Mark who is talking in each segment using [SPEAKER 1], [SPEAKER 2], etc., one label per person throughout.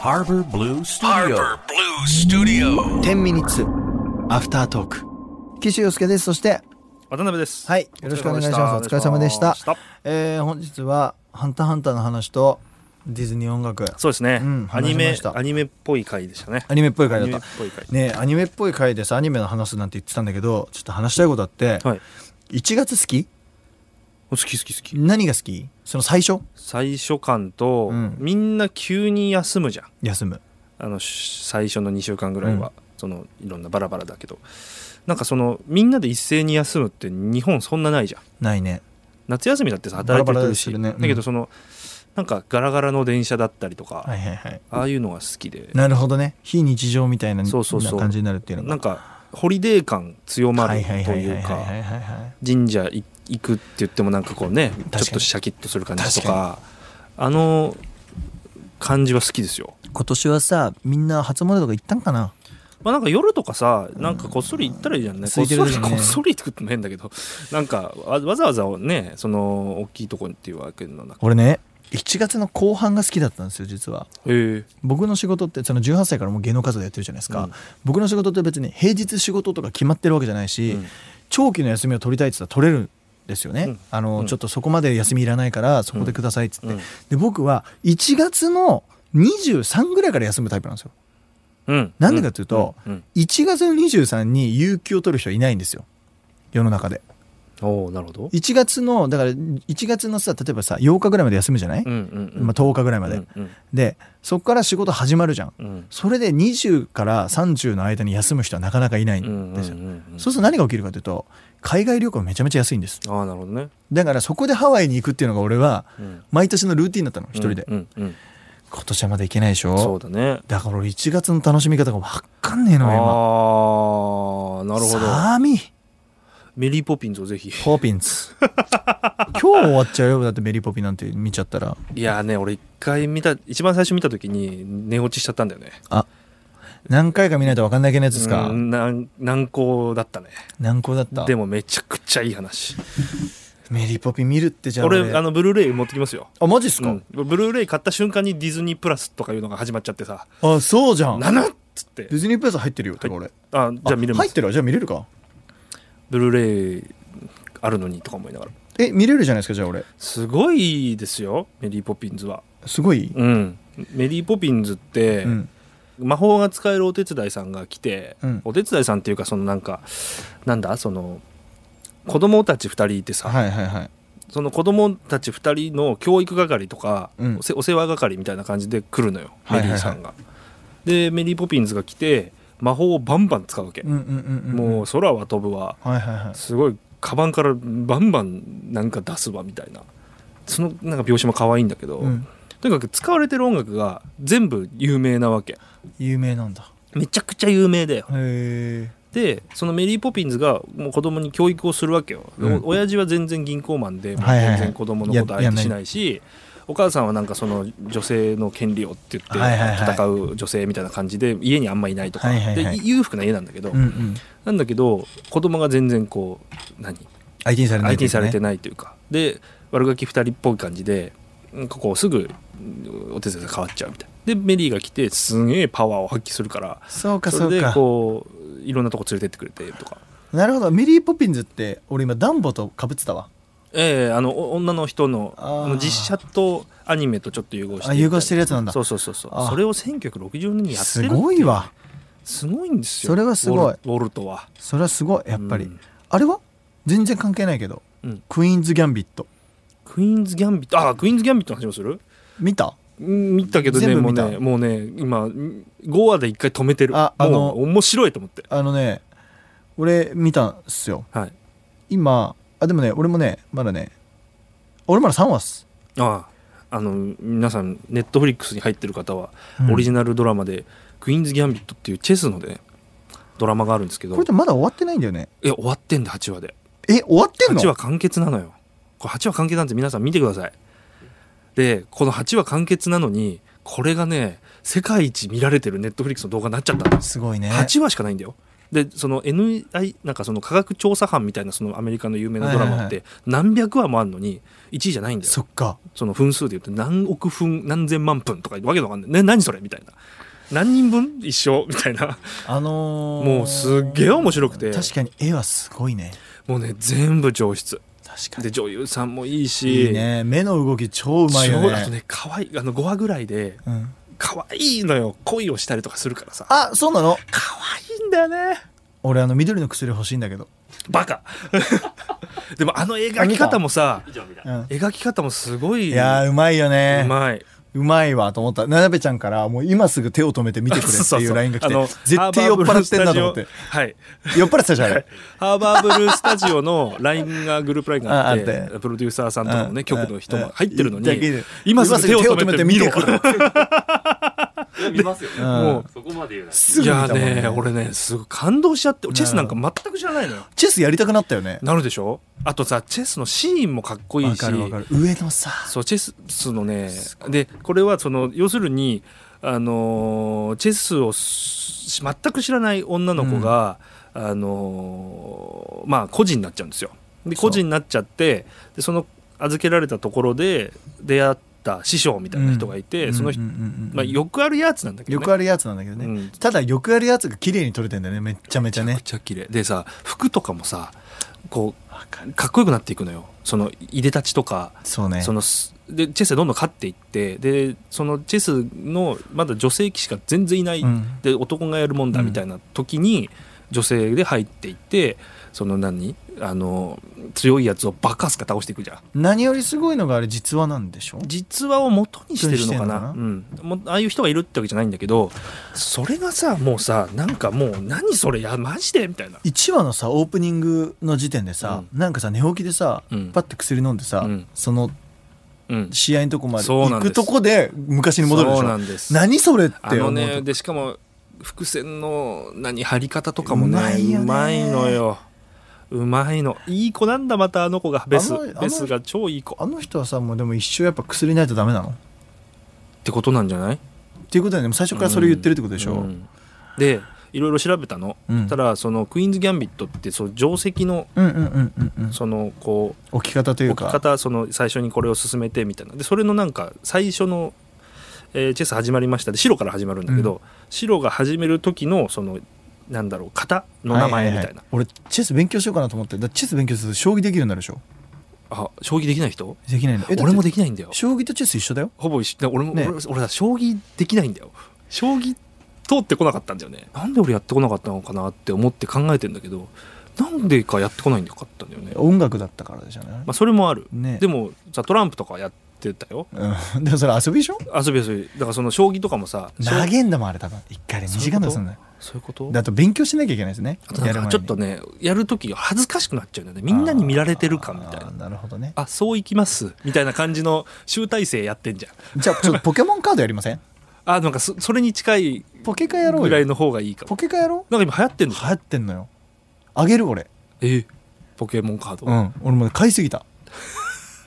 [SPEAKER 1] Harbor Blue Studio.
[SPEAKER 2] Harbor Blue Studio.
[SPEAKER 3] 10ミニッツアフタートーク岸洋介ですそして
[SPEAKER 4] 渡辺です。
[SPEAKER 3] はいよろしくお願いしますお疲れ様でした
[SPEAKER 4] お疲れ様で
[SPEAKER 3] えー本日は「ハンターハンター」の話とディズニー音楽
[SPEAKER 4] そうですね。
[SPEAKER 3] うん
[SPEAKER 4] アニ
[SPEAKER 3] 話
[SPEAKER 4] メ
[SPEAKER 3] しました
[SPEAKER 4] アニメっぽい回でしたね。
[SPEAKER 3] アニメっぽい回だ
[SPEAKER 4] アニメ
[SPEAKER 3] っ
[SPEAKER 4] ったぽい回
[SPEAKER 3] ねえアニメっぽい回でさアニメの話すなんて言ってたんだけどちょっと話したいことあって、
[SPEAKER 4] はい。
[SPEAKER 3] 1月好き
[SPEAKER 4] 好き好き好き。
[SPEAKER 3] 何が好きその最初
[SPEAKER 4] 最初感と、
[SPEAKER 3] うん
[SPEAKER 4] みんな急に休むじゃん。
[SPEAKER 3] 休む
[SPEAKER 4] あのし最初の2週間ぐらいは、そのいろんなバラバラだけど、なんかそのみんなで一斉に休むって日本そんなないじゃん。
[SPEAKER 3] ないね
[SPEAKER 4] 夏休みだってさ働い
[SPEAKER 3] バ
[SPEAKER 4] て
[SPEAKER 3] ラバラ
[SPEAKER 4] く
[SPEAKER 3] で
[SPEAKER 4] る
[SPEAKER 3] す
[SPEAKER 4] し、
[SPEAKER 3] よねうん
[SPEAKER 4] だけどそのなんかガラガラの電車だったりとか、
[SPEAKER 3] はいはいはい
[SPEAKER 4] ああいうのが好きで、
[SPEAKER 3] なるほどね非日常みたいな
[SPEAKER 4] そうそうそう
[SPEAKER 3] な感じになるっていうのが
[SPEAKER 4] なんかホリデー感強ま
[SPEAKER 3] は
[SPEAKER 4] る
[SPEAKER 3] い
[SPEAKER 4] と
[SPEAKER 3] はいはい
[SPEAKER 4] い
[SPEAKER 3] は
[SPEAKER 4] う
[SPEAKER 3] い
[SPEAKER 4] か。
[SPEAKER 3] はいはいはい
[SPEAKER 4] 神社い行くって言ってもなんかこうね
[SPEAKER 3] か
[SPEAKER 4] ち
[SPEAKER 3] に
[SPEAKER 4] ょっとシャキッとする感じとかあの感じは好きですよ。
[SPEAKER 3] 今年はさみんな初詣とか行ったんかな
[SPEAKER 4] まあなんか夜とかさなんかこっそり行ったらいいじゃんね,、
[SPEAKER 3] 空いてる
[SPEAKER 4] こっ
[SPEAKER 3] 時
[SPEAKER 4] そり
[SPEAKER 3] にね
[SPEAKER 4] こっそり行くっても変だけど なんかわわざわざねその大きいとこっていうわけのなく
[SPEAKER 3] 俺ね1月の後半が好きだったんですよ実は
[SPEAKER 4] へえ
[SPEAKER 3] 僕の仕事ってその18歳からもう芸能活動やってるじゃないですか、
[SPEAKER 4] うん
[SPEAKER 3] 僕の仕事って別に平日仕事とか決まってるわけじゃないし、
[SPEAKER 4] うん
[SPEAKER 3] 長期の休みを取りたいって言ったら取れるんですよね、
[SPEAKER 4] うん
[SPEAKER 3] あの
[SPEAKER 4] うん
[SPEAKER 3] ちょっとそこまで休みいらないからそこでくださいっつって、
[SPEAKER 4] うん
[SPEAKER 3] で僕は1月の23ぐらいから休むタイプなんですよ
[SPEAKER 4] うん
[SPEAKER 3] なんでかっていうと、
[SPEAKER 4] うんうん
[SPEAKER 3] 1月の23に有給を取る人はいないんですよ世の中で
[SPEAKER 4] おおなるほど
[SPEAKER 3] 1月のだから1月のさ例えばさ8日ぐらいまで休むじゃない、
[SPEAKER 4] うんうんうん
[SPEAKER 3] まあ、10日ぐらいまで、
[SPEAKER 4] うん
[SPEAKER 3] でそこから仕事始まるじゃん
[SPEAKER 4] うんうん
[SPEAKER 3] それで20から30の間に休む人はなかなかいない
[SPEAKER 4] うんうん
[SPEAKER 3] ん
[SPEAKER 4] う
[SPEAKER 3] ですよ、
[SPEAKER 4] んうん
[SPEAKER 3] そうすると何が起きるかというと海外旅行めちゃめちゃ安いんです
[SPEAKER 4] ああなるほどね
[SPEAKER 3] だからそこでハワイに行くっていうのが俺は
[SPEAKER 4] うん
[SPEAKER 3] 毎年のルーティンだったの一人で、
[SPEAKER 4] うんうんうん
[SPEAKER 3] 今年はまだ行けないでし
[SPEAKER 4] そう
[SPEAKER 3] ょ
[SPEAKER 4] だね
[SPEAKER 3] だから俺1月の楽しみ方が分かんねえ
[SPEAKER 4] ああ
[SPEAKER 3] のよ
[SPEAKER 4] ーな
[SPEAKER 3] 今
[SPEAKER 4] るほど
[SPEAKER 3] 寒い
[SPEAKER 4] メリーポピンズをぜひ
[SPEAKER 3] ポピン ズ今日終わっちゃうよだってメリーポピなんて見ちゃったら
[SPEAKER 4] いやーね俺一回見た一番最初見た時に寝落ちしちゃったんだよね
[SPEAKER 3] 何回か見ないと分かんない系のやつですか、
[SPEAKER 4] うんなん難航だったね
[SPEAKER 3] 難航だった
[SPEAKER 4] でもめちゃくちゃいい話
[SPEAKER 3] メリーポピ見るってじゃあ
[SPEAKER 4] 俺あのブルーレイ持ってきますよ、
[SPEAKER 3] あマジっす
[SPEAKER 4] う
[SPEAKER 3] か、
[SPEAKER 4] ん、ブルーレイ買った瞬間にディズニープラスとかいうのが始まっちゃってさ
[SPEAKER 3] あそうじゃ
[SPEAKER 4] 「
[SPEAKER 3] んデ
[SPEAKER 4] ななっ!」つって
[SPEAKER 3] ィズニープラス入ってるよてか俺、
[SPEAKER 4] あじゃあ見れま
[SPEAKER 3] 入っ
[SPEAKER 4] す
[SPEAKER 3] てるわじゃあ見れるか
[SPEAKER 4] ブルーレイあるのにとか思いながら
[SPEAKER 3] え見れるじゃないですかじゃあ俺
[SPEAKER 4] すごいですよメリー・ポピンズは
[SPEAKER 3] すごい、
[SPEAKER 4] うんメリー・ポピンズって、
[SPEAKER 3] うん
[SPEAKER 4] 魔法が使えるお手伝いさんが来て、
[SPEAKER 3] うん
[SPEAKER 4] お手伝いさんっていうかそのなんかなんだその子供たち2人いてさ、
[SPEAKER 3] はいはいはい
[SPEAKER 4] その子供たち2人の教育係とか、
[SPEAKER 3] うん
[SPEAKER 4] おせお世話係みたいな感じで来るのよ
[SPEAKER 3] はい
[SPEAKER 4] メ
[SPEAKER 3] はいはい
[SPEAKER 4] リーさんが。でメリー・ポピンズが来て魔法をバンバン使うわけ、
[SPEAKER 3] うんうんうんうん
[SPEAKER 4] もう空は飛ぶわ
[SPEAKER 3] はいはいはい
[SPEAKER 4] すごいカバンからバンバンなんか出すわみたいなそのなんか描写も可愛いんだけど、
[SPEAKER 3] うん
[SPEAKER 4] とにかく使われてる音楽が全部有名なわけ
[SPEAKER 3] 有名なんだ
[SPEAKER 4] めちゃくちゃ有名だよ
[SPEAKER 3] へえ
[SPEAKER 4] でそのメリー・ポピンズがもう子供に教育をするわけよ、で
[SPEAKER 3] うん
[SPEAKER 4] お親父は全然銀行マンでもう
[SPEAKER 3] はいはいはい
[SPEAKER 4] 全然子供のこと
[SPEAKER 3] やや
[SPEAKER 4] 相
[SPEAKER 3] ん
[SPEAKER 4] 手
[SPEAKER 3] ない
[SPEAKER 4] しないしお母さんはなんかその女性の権利をって言って
[SPEAKER 3] はいはいはい
[SPEAKER 4] 戦う女性みたいな感じで家にあんまいないとか、
[SPEAKER 3] はいはいはい
[SPEAKER 4] で裕福な家なんだけど、
[SPEAKER 3] うんうん
[SPEAKER 4] なんだけど子供が全然こう何
[SPEAKER 3] 相手にされない
[SPEAKER 4] 相手にされて
[SPEAKER 3] ない
[SPEAKER 4] ないというかで悪ガキ2人っぽい感じでなんかこうすぐうんお手伝いが変わっちゃうみたいでメリーが来てすげえパワーを発揮するから
[SPEAKER 3] そうかそ
[SPEAKER 4] それ
[SPEAKER 3] う
[SPEAKER 4] で
[SPEAKER 3] か
[SPEAKER 4] こういろんなとこ連れてってくれてとか
[SPEAKER 3] なるほどメリー・ポピンズって俺今ダンボとかぶってたわ
[SPEAKER 4] ええあのお女の人の
[SPEAKER 3] あー
[SPEAKER 4] あの実写とアニメとちょっと融合して
[SPEAKER 3] あ融合して
[SPEAKER 4] る
[SPEAKER 3] るやつなんだ
[SPEAKER 4] そうそうそうそう
[SPEAKER 3] あ
[SPEAKER 4] それを1960年にやって
[SPEAKER 3] す
[SPEAKER 4] る
[SPEAKER 3] ごいわ
[SPEAKER 4] すごいんですよ
[SPEAKER 3] それはすごい
[SPEAKER 4] ウォルウォルトは
[SPEAKER 3] それはすごいやっぱり、
[SPEAKER 4] うん
[SPEAKER 3] あれは全然関係ないけど、
[SPEAKER 4] うん
[SPEAKER 3] クイーンズ・ギャンビット
[SPEAKER 4] クイーンズ・ギャンビットあクイーンズ・ギャンビットの話もする
[SPEAKER 3] 見た
[SPEAKER 4] うん見たけどね
[SPEAKER 3] 全部
[SPEAKER 4] もう
[SPEAKER 3] 見た
[SPEAKER 4] ねもうね今5話で一回止めてる
[SPEAKER 3] ああの
[SPEAKER 4] もう面白いと思って
[SPEAKER 3] あのね俺見たんすよ
[SPEAKER 4] はい
[SPEAKER 3] 今あでもね俺もねまだね俺まだ3話っす
[SPEAKER 4] あああの皆さんネットフリックスに入ってる方は、
[SPEAKER 3] うん
[SPEAKER 4] オリジナルドラマで「クイーンズ・ギャンビット」っていうチェスのねドラマがあるんですけど
[SPEAKER 3] これってまだ終わってないんだよね
[SPEAKER 4] いや終わってんだ8話で
[SPEAKER 3] え終わってんの
[SPEAKER 4] 8話完結なのよこれ8話完結なんて皆さん見てくださいでこの8話完結なのにこれがね世界一見られてるネットフリックスの動画になっちゃったんです
[SPEAKER 3] すごいね
[SPEAKER 4] 8話しかないんだよでその NI なんかその科学調査班みたいなそのアメリカの有名なドラマ
[SPEAKER 3] はい
[SPEAKER 4] っ
[SPEAKER 3] はい
[SPEAKER 4] て何百話もあるのに1位じゃないんだよ、
[SPEAKER 3] そっか
[SPEAKER 4] その分数で言うと何億分何千万分とかわけのわかんない、ね、何それみたいな何人分一緒みたいな
[SPEAKER 3] あのー
[SPEAKER 4] もうすっげえ面白くて
[SPEAKER 3] 確かに絵はすごいね
[SPEAKER 4] もうね全部上質
[SPEAKER 3] 確か
[SPEAKER 4] で
[SPEAKER 3] に
[SPEAKER 4] 女優さんもいいし
[SPEAKER 3] いいね目の動き超うまいよ
[SPEAKER 4] そうあと
[SPEAKER 3] ね
[SPEAKER 4] ね可愛いあの5話ぐらいで
[SPEAKER 3] うん
[SPEAKER 4] 可愛いのよ恋をしたりとかするからさ
[SPEAKER 3] あそうなの
[SPEAKER 4] 可愛いんだよね
[SPEAKER 3] 俺あの緑の薬欲しいんだけど
[SPEAKER 4] バカ でもあの描き方もさ
[SPEAKER 3] うん
[SPEAKER 4] 描き方もすごい
[SPEAKER 3] いやーうまいよね
[SPEAKER 4] うまいう
[SPEAKER 3] まいわと思った。ななべちゃんから、もう今すぐ手を止めて見てくれって
[SPEAKER 4] そ
[SPEAKER 3] いう
[SPEAKER 4] そう
[SPEAKER 3] う LINE が来
[SPEAKER 4] あの
[SPEAKER 3] て、絶対酔っ払ってんなと思って。
[SPEAKER 4] ハー
[SPEAKER 3] 酔っ払ってたじゃん、あれ。
[SPEAKER 4] バーブルースタジオはいハーバーブルースタジオの LINE がグループ LINE があっ
[SPEAKER 3] ああって
[SPEAKER 4] プロデューサーさんとかも
[SPEAKER 3] う
[SPEAKER 4] ね
[SPEAKER 3] ん
[SPEAKER 4] 局の人も入ってるのに
[SPEAKER 3] うんうん
[SPEAKER 4] 今すぐ手を止めて見ろ
[SPEAKER 3] 手を止めて
[SPEAKER 1] そ
[SPEAKER 3] 見ろ
[SPEAKER 1] れは見ますよね。
[SPEAKER 3] も
[SPEAKER 4] う
[SPEAKER 1] そこまで言うなら。
[SPEAKER 3] すぐ
[SPEAKER 4] い
[SPEAKER 3] 見
[SPEAKER 4] や
[SPEAKER 3] たもんね
[SPEAKER 4] ね俺ねすごい感動しちゃってチェスなんか全く知らないのよ
[SPEAKER 3] チェスやりたくなったよね。
[SPEAKER 4] なるでしょあとさチェスのシーンもかっこい
[SPEAKER 3] わ
[SPEAKER 4] いし
[SPEAKER 3] かるわかる。上のさ、
[SPEAKER 4] そうチェスのねでこれはその要するに、あのーチェスをし全く知らない女の子が、あのーまあ孤児になっちゃうんですよ。で
[SPEAKER 3] そう
[SPEAKER 4] 孤児になっちゃってでその預けられたところで出会った師匠みたいな人がいて、その人、
[SPEAKER 3] うんうんうんうん
[SPEAKER 4] まあ、よくあるやつなんだけど、
[SPEAKER 3] よ
[SPEAKER 4] ね、
[SPEAKER 3] くあるやつなんだけどね。
[SPEAKER 4] うん
[SPEAKER 3] ただ、よくあるやつが綺麗に撮れてんだよね。めっちゃめちゃ
[SPEAKER 4] め
[SPEAKER 3] ね
[SPEAKER 4] っ。ちゃ綺麗でさ服とかもさこ
[SPEAKER 3] わか
[SPEAKER 4] う。かっこよくなっていくのよそのいでたちとか。
[SPEAKER 3] そうね。
[SPEAKER 4] そのすでチェスでどんどん勝っていってでそのチェスのまだ女性棋士が全然いない、
[SPEAKER 3] うん
[SPEAKER 4] で男がやるもんだ
[SPEAKER 3] うん
[SPEAKER 4] みたいな時に女性で入っていってその何あの強いやつをバカすか倒していくじゃん
[SPEAKER 3] 何よりすごいのがあれ、実話なんでしょ
[SPEAKER 4] 実話を元にしてるのかな
[SPEAKER 3] 元
[SPEAKER 4] うん、もうああいう人がいるってわけじゃないんだけどそれがさもうさなんかもう何それやマジでみたいな。
[SPEAKER 3] 1話のさオープニングの時点でさ、なんかさ寝起きでさ、
[SPEAKER 4] うん
[SPEAKER 3] パッて薬飲んでさ、
[SPEAKER 4] うん
[SPEAKER 3] その
[SPEAKER 4] うん
[SPEAKER 3] 試合のとこまで
[SPEAKER 4] そうな
[SPEAKER 3] 行
[SPEAKER 4] んです
[SPEAKER 3] くとこで昔に戻るでしょ
[SPEAKER 4] そうなんです
[SPEAKER 3] 何それって
[SPEAKER 4] あ
[SPEAKER 3] 思
[SPEAKER 4] の
[SPEAKER 3] うと
[SPEAKER 4] ねでしかも伏線の何張り方とかも
[SPEAKER 3] う
[SPEAKER 4] ね
[SPEAKER 3] まいよね
[SPEAKER 4] うまいのようまいのいい子なんだまたあの子がベス
[SPEAKER 3] あのあの
[SPEAKER 4] ベスが超いい子っ
[SPEAKER 3] あの人はさもうでも一生やっぱ薬ないとダメなのって
[SPEAKER 4] ことなんじゃない
[SPEAKER 3] ていうことで、ね、もう最初からそれ言ってるってことでしょ、
[SPEAKER 4] うんでいろいろ調べたの、
[SPEAKER 3] うん
[SPEAKER 4] ただそのクイーンズ・ギャンビットってその定石の
[SPEAKER 3] うんうんうんうんうん
[SPEAKER 4] そのこう
[SPEAKER 3] 置き方という
[SPEAKER 4] 置き
[SPEAKER 3] か
[SPEAKER 4] 方その最初にこれを進めてみたいなでそれのなんか最初の、えーチェス始まりましたで白から始まるんだけど、白が始める時のそのなんだろう型の名前みたい
[SPEAKER 3] は
[SPEAKER 4] な、
[SPEAKER 3] はは俺チェス勉強しようかなと思ってだってチェス勉強すると将棋できるようになるでしょ
[SPEAKER 4] あ将棋できない人
[SPEAKER 3] できないのえ
[SPEAKER 4] 俺もで
[SPEAKER 3] き
[SPEAKER 4] きないんだよ
[SPEAKER 3] 将棋とチェス一緒だよ
[SPEAKER 4] ほぼ一緒で俺も、
[SPEAKER 3] ね
[SPEAKER 4] 俺俺は将棋できないんだよ将棋通ってこなかったんだよねなんで俺やってこなかったのかなって思って考えてんだけどなんでかやってこないんだかったんだよね、ま
[SPEAKER 3] 音楽だったからでしょうね、
[SPEAKER 4] あ、それもある、
[SPEAKER 3] ね
[SPEAKER 4] でもさトランプとかやってたよ
[SPEAKER 3] うん、でもそれ遊びでしょ
[SPEAKER 4] 遊び遊びだからその将棋とかもさ将
[SPEAKER 3] 投げんだもんあれ多分一回で2時間とかするんだよ
[SPEAKER 4] そういうこと
[SPEAKER 3] だと勉強しなきゃいけないですね
[SPEAKER 4] あとなんかちょっとねやる時が恥ずかしくなっちゃうんだよねみんなに見られてる感みたい
[SPEAKER 3] あ
[SPEAKER 4] な
[SPEAKER 3] ーなるほどね
[SPEAKER 4] あそういきますみたいな感じの集大成やってんじゃん
[SPEAKER 3] じゃあちょっとポケモンカードやりません
[SPEAKER 4] あなんかそそれに近い
[SPEAKER 3] ポケカやろう
[SPEAKER 4] ぐらい
[SPEAKER 3] よ
[SPEAKER 4] の方がいいかも
[SPEAKER 3] ポケカやろう
[SPEAKER 4] なんか今流行ってんの
[SPEAKER 3] 流行ってんのよあげる俺
[SPEAKER 4] ええポケモンカード、
[SPEAKER 3] うん俺もう買いすぎた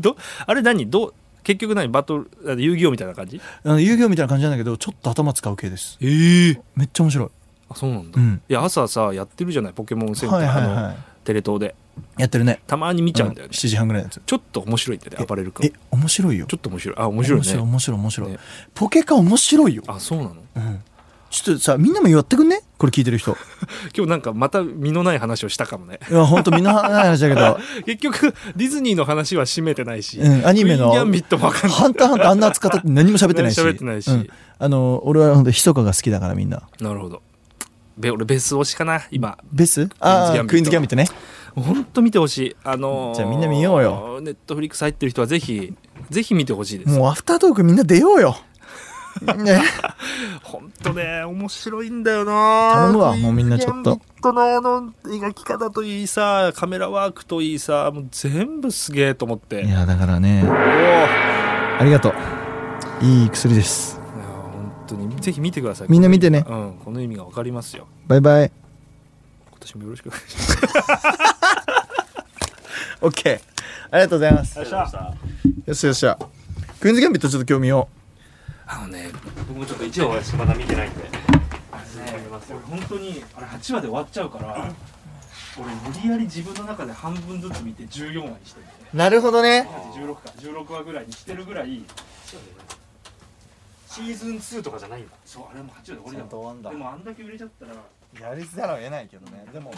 [SPEAKER 4] どあれ何どう結局何バトルあの遊戯王みたいな感じ
[SPEAKER 3] あの遊戯王みたいな感じなんだけどちょっと頭使う系です
[SPEAKER 4] ええ
[SPEAKER 3] めっちゃ面白い
[SPEAKER 4] あそうなんだ、
[SPEAKER 3] う
[SPEAKER 4] い
[SPEAKER 3] ん
[SPEAKER 4] や朝さやってるじゃないポケモンセンター、
[SPEAKER 3] はいはい
[SPEAKER 4] あの
[SPEAKER 3] は
[SPEAKER 4] テレ東で
[SPEAKER 3] いやってるね
[SPEAKER 4] たまに見ちゃうんだよね、
[SPEAKER 3] 7時半ぐらいのやつ
[SPEAKER 4] ちょっと面白いんだよね
[SPEAKER 3] え
[SPEAKER 4] アパレル君
[SPEAKER 3] え面白いよ
[SPEAKER 4] ちょっと面白いあ面白いね
[SPEAKER 3] 面白い面白い面白い
[SPEAKER 4] ね
[SPEAKER 3] ポケカ面白いよ
[SPEAKER 4] あそうなの
[SPEAKER 3] うんちょっとさみんなもやってくんねこれ聞いてる人
[SPEAKER 4] 今日なんかまた身のない話をしたかもね
[SPEAKER 3] いや本当身のない 話だけど
[SPEAKER 4] 結局ディズニーの話は締めてないし、
[SPEAKER 3] うんアニメの
[SPEAKER 4] クイーンギャンビットもわかんない
[SPEAKER 3] ハンターハンターあんな扱ったって何も喋ってないし。
[SPEAKER 4] 何も喋ってないし
[SPEAKER 3] うんあの、俺は本当ひそかが好きだからみんな。
[SPEAKER 4] なるほどべ俺ベス推しかな今
[SPEAKER 3] ベスああ、ク
[SPEAKER 4] クイ
[SPEAKER 3] イ
[SPEAKER 4] ー
[SPEAKER 3] ー
[SPEAKER 4] ン
[SPEAKER 3] ン
[SPEAKER 4] ズ
[SPEAKER 3] ズ
[SPEAKER 4] ギ
[SPEAKER 3] ギ
[SPEAKER 4] ャ
[SPEAKER 3] ャ
[SPEAKER 4] ン
[SPEAKER 3] ンビ
[SPEAKER 4] ビッ
[SPEAKER 3] ットね。
[SPEAKER 4] 本当見てほしいあのー
[SPEAKER 3] じゃあみんな見ようよ
[SPEAKER 4] ネットフリックス入ってる人はぜひぜひ見てほしいです
[SPEAKER 3] もうアフタートークみんな出ようよ。ね、
[SPEAKER 4] 本当ね面白いんだよな
[SPEAKER 3] 頼むわもうみんなちょっと
[SPEAKER 4] 本当のあの描き方といいさカメラワークといいさもう全部すげえと思って
[SPEAKER 3] いや、だからね、
[SPEAKER 4] おおいや
[SPEAKER 3] ありがとう。いい薬です。
[SPEAKER 4] 本当にぜひ見てください
[SPEAKER 3] みんな見てね
[SPEAKER 4] この意味うんこの意味がわかりますよ
[SPEAKER 3] バイバイ。
[SPEAKER 4] 今年もよろしくお願いします
[SPEAKER 3] オッケー。ありがとうございます。よ
[SPEAKER 1] した。
[SPEAKER 3] っしゃよっしゃ。クイーンズギャンビットちょっと興味を。
[SPEAKER 4] あのね
[SPEAKER 1] 僕もちょっと一応私まだ見てないんで。ました
[SPEAKER 4] 俺本当にあれ8話で終わっちゃうから俺無理やり自分の中で半分ずつ見て14話にしてるね
[SPEAKER 5] なるほどね
[SPEAKER 4] 16か16話ぐらいにしてるぐらい
[SPEAKER 1] シーズン2とかじゃないんだ
[SPEAKER 4] そうあれも8話で終わり
[SPEAKER 3] ちゃ
[SPEAKER 4] だ
[SPEAKER 3] んと終わんだ
[SPEAKER 4] もんでもあんだけ売れちゃったら
[SPEAKER 3] やりづらは得ないけどねでも